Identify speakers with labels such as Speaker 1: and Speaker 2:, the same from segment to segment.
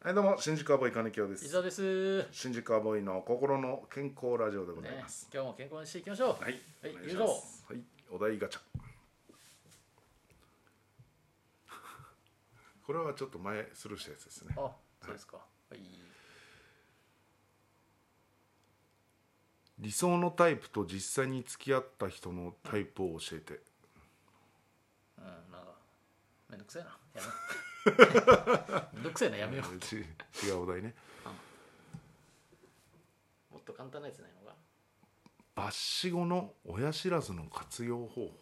Speaker 1: はいどうも新宿アボイ金城です
Speaker 2: 伊沢です、ね、
Speaker 1: 新宿アボイの心の健康ラジオでございます、
Speaker 2: 今日も健康にしていきましょう
Speaker 1: はい
Speaker 2: はい
Speaker 1: お願いしますはいお題ガチャ これはちょっと前スルーしたやつですね
Speaker 2: あそうですかはい
Speaker 1: 理想のタイプと実際に付き合った人のタイプを教えて
Speaker 2: うんなんかめんどくせえなやめよ うめんどくせえなやめよう
Speaker 1: ち 違うお題ね
Speaker 2: もっと簡単なやつないのか
Speaker 1: 抜歯後の親知らずの活用方法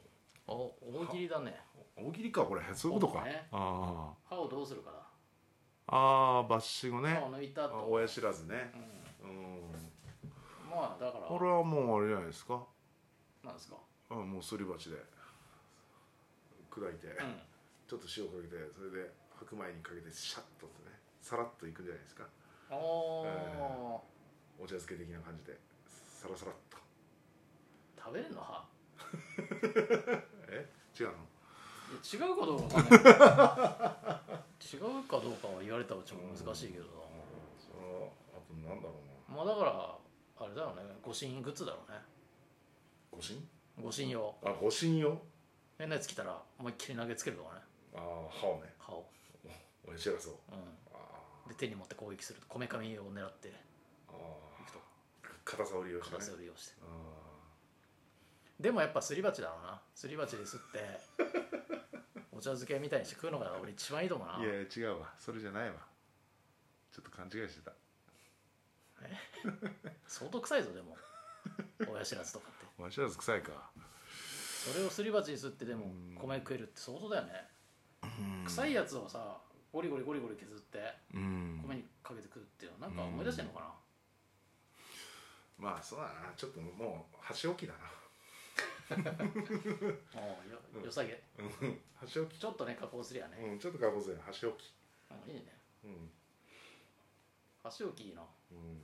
Speaker 2: お大喜利だね
Speaker 1: 大喜利かこれそういうことか、
Speaker 2: そうね
Speaker 1: あ
Speaker 2: 歯をどうするか
Speaker 1: あああ抜歯後
Speaker 2: ら
Speaker 1: ね
Speaker 2: 歯を抜いた
Speaker 1: あ
Speaker 2: 後
Speaker 1: 親知らずね
Speaker 2: う
Speaker 1: う
Speaker 2: ん
Speaker 1: ん
Speaker 2: まあだから
Speaker 1: これはもうあれじゃないですか
Speaker 2: なんですか
Speaker 1: あもうすり鉢で砕いて、
Speaker 2: うん
Speaker 1: ちょっと塩かけてそれで白米にかけてシャッとねさらっといくんじゃないですか
Speaker 2: おー
Speaker 1: お茶漬け的な感じでさらさらっと
Speaker 2: 食べれんの歯
Speaker 1: え違うの
Speaker 2: いや違うかどうかわかんない違うかどうかは言われたらちょっと難しいけどな
Speaker 1: そのあとなんだろうな
Speaker 2: まあだからあれだろうね護身グッズだろうね
Speaker 1: 護身
Speaker 2: 護身用
Speaker 1: あ護身よ
Speaker 2: 変なやつ来たら思いっきり投げつけるとかね
Speaker 1: ああ歯をね
Speaker 2: 歯を、
Speaker 1: 親知らずを
Speaker 2: うん、
Speaker 1: あ
Speaker 2: で手に持って攻撃するとこめかみを狙ってい
Speaker 1: あ
Speaker 2: くと
Speaker 1: 硬さを利用してね
Speaker 2: 片手を利用して
Speaker 1: あ
Speaker 2: でもやっぱすり鉢だろうなすり鉢ですって お茶漬けみたいにして食うのが俺一番いいと思うな
Speaker 1: ーいやいや違うわそれじゃないわちょっと勘違いしてた
Speaker 2: 相当臭いぞでも親知らずとかって
Speaker 1: 親知らず臭いか
Speaker 2: それをすり鉢にすってで
Speaker 1: う
Speaker 2: も
Speaker 1: ん
Speaker 2: 米食えるって相当だよね臭いやつをさゴリゴリゴリゴリ削って
Speaker 1: うん
Speaker 2: 米にかけて食うっていうのなんか思い出してんのかな、
Speaker 1: まあそうだなちょっともう箸置きだな
Speaker 2: おうよ良さげ
Speaker 1: うん箸置き
Speaker 2: ちょっとね加工すりゃね、
Speaker 1: うんちょっとかぼせ箸置き
Speaker 2: うんいいね
Speaker 1: うん
Speaker 2: 箸置きいいな
Speaker 1: うん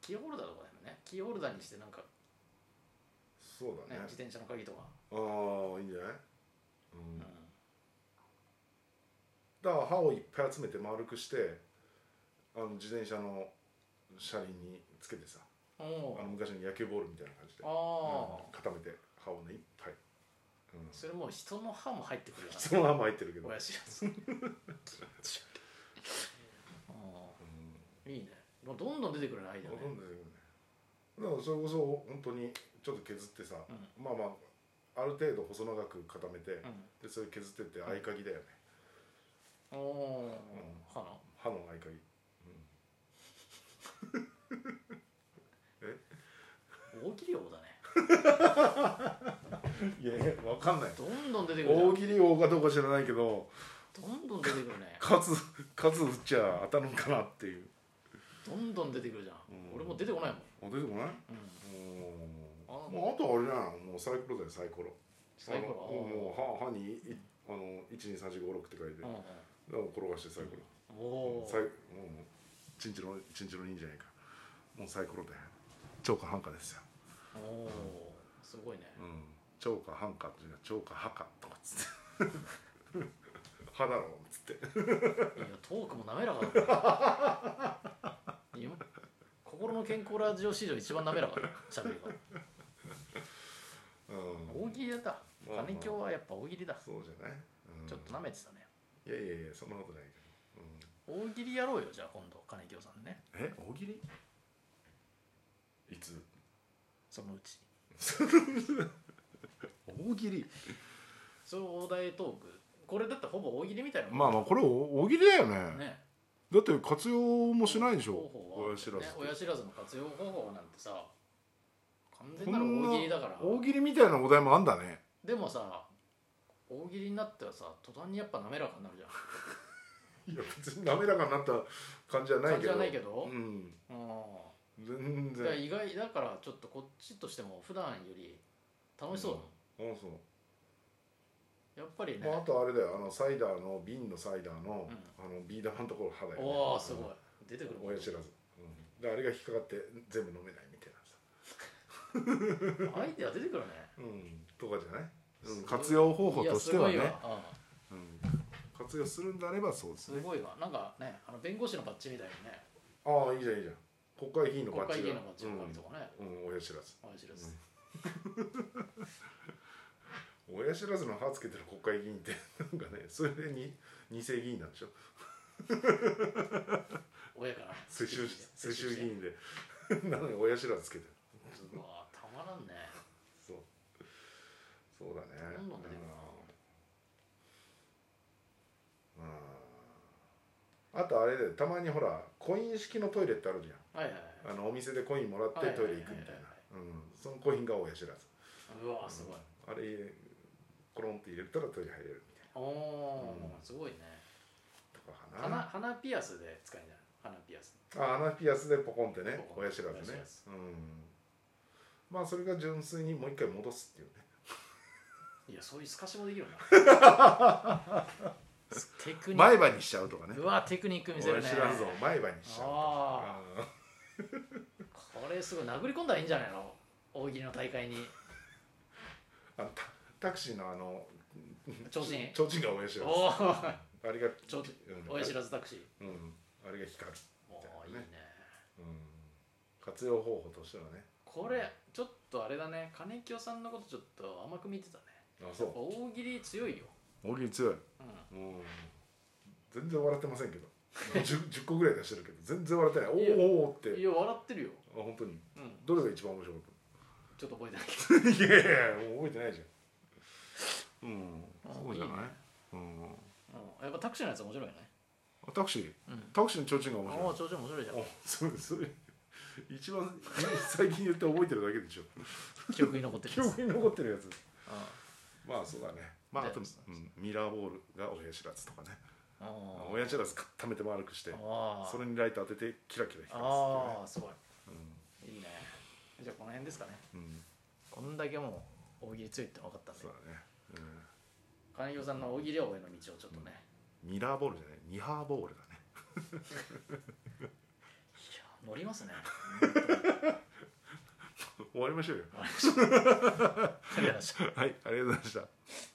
Speaker 2: キーホルダーとかでもねキーホルダーにしてなんか、
Speaker 1: そうだ
Speaker 2: ね
Speaker 1: ね
Speaker 2: 自転車の鍵とか、
Speaker 1: ああいいんじゃないうん
Speaker 2: うん
Speaker 1: だから歯をいっぱい集めて丸くしてあの自転車の車輪につけてさ
Speaker 2: お
Speaker 1: あ
Speaker 2: お
Speaker 1: の昔の野球ボールみたいな感じで
Speaker 2: あ
Speaker 1: うん
Speaker 2: あ
Speaker 1: 固めて歯をねいっぱいうん
Speaker 2: それもう人の歯も入ってくるよ
Speaker 1: そのまま入ってるけ
Speaker 2: な
Speaker 1: ど
Speaker 2: 親知らず 気持ち悪いうんいいねもうどんどん出てくるアイデア
Speaker 1: ほ
Speaker 2: ね
Speaker 1: とんど出てくるねだからそれこそ本当にちょっと削ってさ
Speaker 2: うん
Speaker 1: まあまあある程度細長く固めて
Speaker 2: う
Speaker 1: でそれ削ってって合鍵だよね
Speaker 2: ん、おお
Speaker 1: ん
Speaker 2: 歯の
Speaker 1: 歯の合鍵
Speaker 2: 大喜利王だね
Speaker 1: いやわかんない
Speaker 2: どんどん出てくる
Speaker 1: 大
Speaker 2: ね
Speaker 1: 喜利王かどうか知らないけど
Speaker 2: どんどん出てくるね
Speaker 1: 勝つ勝つ打っちゃ当たるんかなっていう
Speaker 2: どんどん出てくるじゃん、
Speaker 1: うん
Speaker 2: 俺もう出てこないもん、
Speaker 1: あ出てこない
Speaker 2: うん、
Speaker 1: う
Speaker 2: あ
Speaker 1: ーんもうあとはあれじゃないもうサイコロだよサイコロ
Speaker 2: サイコ
Speaker 1: あ
Speaker 2: ロ
Speaker 1: のもうもう歯歯にいあの一二三四五六って書いて、
Speaker 2: うんうん
Speaker 1: でも転がしてサイコロ、
Speaker 2: おお
Speaker 1: サイもうチンチロチンチロいいんじゃないかもうサイコロだよ超過半過ですよ、
Speaker 2: おおすごいね
Speaker 1: うん、超過半過っていうか超過歯かとかっ つって歯だろっつって
Speaker 2: いやトークも滑らかだから いや心の健康ラジオ史上一番滑らかだしゃべりが
Speaker 1: うん
Speaker 2: 大喜利だった
Speaker 1: まあまあ
Speaker 2: 金京はやっぱ大喜利だ
Speaker 1: そうじゃない、うん
Speaker 2: ちょっとなめてたね
Speaker 1: いやいやいやそんなことないけど、うん
Speaker 2: 大喜利やろうよじゃあ今度金京さんね
Speaker 1: え大喜利いつ
Speaker 2: そのうち
Speaker 1: 大喜利
Speaker 2: その大台トークこれだってほぼ大喜利みたいなもん
Speaker 1: まあまあこれお大喜利だよね
Speaker 2: ね
Speaker 1: だって活用もしないでしょ
Speaker 2: 方法は
Speaker 1: 親知らずっ
Speaker 2: ね
Speaker 1: て
Speaker 2: 親知らずの活用方法なんてさ完全なる大喜利だから
Speaker 1: 大喜利みたいなお題もあんだね
Speaker 2: でもさ大喜利になってはさ途端にやっぱ滑らかになるじゃん
Speaker 1: いや別に滑らかになった感じはないけど
Speaker 2: 感じはないけど
Speaker 1: うん
Speaker 2: うん
Speaker 1: 全
Speaker 2: だから
Speaker 1: 然
Speaker 2: 意外だからちょっとこっちとしても普段より楽しそうだもん、
Speaker 1: あそう
Speaker 2: やっぱりね、
Speaker 1: まあ、あとあれだよあのサイダーの瓶のサイダーの,、
Speaker 2: う
Speaker 1: あのビー玉のところ歯だよ、ね、
Speaker 2: おおすごい出てくる
Speaker 1: 親知らず、うん、であれが引っかかって全部飲めないみたいなさ、
Speaker 2: アイデア出てくるね
Speaker 1: うん、とかじゃない、う
Speaker 2: す
Speaker 1: ん、
Speaker 2: ごい
Speaker 1: 活用方法としてはい
Speaker 2: や
Speaker 1: ね
Speaker 2: すごいわ
Speaker 1: うん、活用するんであればそうです
Speaker 2: す
Speaker 1: ね
Speaker 2: ごいわなんかねあの弁護士のバッジみたいにね
Speaker 1: ああいいじゃんいいじゃん国会議員の
Speaker 2: 国
Speaker 1: バッ
Speaker 2: 会
Speaker 1: ジ
Speaker 2: 議
Speaker 1: が
Speaker 2: 員のバッジの紙とかね、
Speaker 1: うん、うん、親知らず
Speaker 2: 親知らず、
Speaker 1: 親知らずの歯つけてる国会議員って なんかねそれでに二世議員なんでしょ
Speaker 2: 親から
Speaker 1: 世襲世襲議
Speaker 2: 員
Speaker 1: 員で なのに親知らずつけてる
Speaker 2: うわたまらんね
Speaker 1: そうそうだね
Speaker 2: どんどん出てくる
Speaker 1: うんうんあとあれでたまにほらコイン式のトイレってあるじゃ
Speaker 2: はいはいはい
Speaker 1: んあのお店でコインもらって
Speaker 2: はいはい
Speaker 1: トイレ行くみたいなうんそのコインが親知らず
Speaker 2: うわすごい、
Speaker 1: あれコロンって入れたらトイレ入れるみたい
Speaker 2: おおー、
Speaker 1: うん
Speaker 2: すごいね
Speaker 1: なとかか
Speaker 2: 鼻
Speaker 1: な
Speaker 2: 鼻ピアスで使えんじゃない鼻ピアス
Speaker 1: あ穴ピアスでポコンってね
Speaker 2: ポコン
Speaker 1: 親知らず
Speaker 2: 親知
Speaker 1: ね
Speaker 2: らず
Speaker 1: うんまあそれが純粋にもう一回戻すっていうね
Speaker 2: いやそういう透かしもできるな テクニッ
Speaker 1: 前歯にしちゃうとかね
Speaker 2: クうわテクニック見せ
Speaker 1: 親
Speaker 2: るね
Speaker 1: 知らずを前歯にしちゃうとか
Speaker 2: あこれすごい殴り込んだらいいんじゃないの大喜利の大会に
Speaker 1: あのタタクシーのあの
Speaker 2: 超人
Speaker 1: ちょうちんが親知ら
Speaker 2: お
Speaker 1: ず
Speaker 2: おー
Speaker 1: あれが
Speaker 2: ちょうち
Speaker 1: うん
Speaker 2: 親知らずタクシー
Speaker 1: うんあれが光る、
Speaker 2: おおいい
Speaker 1: みたいなね
Speaker 2: ね
Speaker 1: うん、活用方法としてはね
Speaker 2: これちょっとあれだね金清さんのことちょっと甘く見てたね
Speaker 1: あ
Speaker 2: や
Speaker 1: そ
Speaker 2: っぱ大喜利強いよ、
Speaker 1: う大喜利強い
Speaker 2: うん、
Speaker 1: うん全然笑ってませんけど 10, 10個ぐらい出してるけど全然笑ってないお
Speaker 2: いや
Speaker 1: ーおーおーっ
Speaker 2: い
Speaker 1: て
Speaker 2: や笑ってるよ、
Speaker 1: あ本当に
Speaker 2: うん、
Speaker 1: どれが一番面白かっ
Speaker 2: ちょっと覚えてないけ
Speaker 1: たいやいやもう覚えてないじゃんうん
Speaker 2: あ
Speaker 1: そうじゃない
Speaker 2: いいね
Speaker 1: うん
Speaker 2: ど、うん、やっぱタクシーのやつ面白いよね、
Speaker 1: あタクシー
Speaker 2: うん、
Speaker 1: タクシーの提灯が面
Speaker 2: あ
Speaker 1: 白
Speaker 2: あ超人面白いじゃ
Speaker 1: いあそうそれ一番最近言って覚えてるだけでしょ
Speaker 2: ん記憶に残ってる
Speaker 1: 記
Speaker 2: やつ、うん、
Speaker 1: 憶に残ってるやつまあそうだねまああと、
Speaker 2: で
Speaker 1: うんミラーボールが親知らずとかね
Speaker 2: あー
Speaker 1: 親知らず固めて丸くして
Speaker 2: あー
Speaker 1: それにライト当ててキラキラ光ら
Speaker 2: あーすごい
Speaker 1: せてね
Speaker 2: いいねじゃあこの辺ですかね
Speaker 1: うんうん
Speaker 2: こんだけもう大喜利強いって分かったんで
Speaker 1: そうだね
Speaker 2: 金城さんの大喜利王への道をちょっとね、
Speaker 1: うんミラーボールじゃないミハーボールだね
Speaker 2: いや乗りますね
Speaker 1: 終わりましょうよ
Speaker 2: ありがとうございました
Speaker 1: はいありがとうございました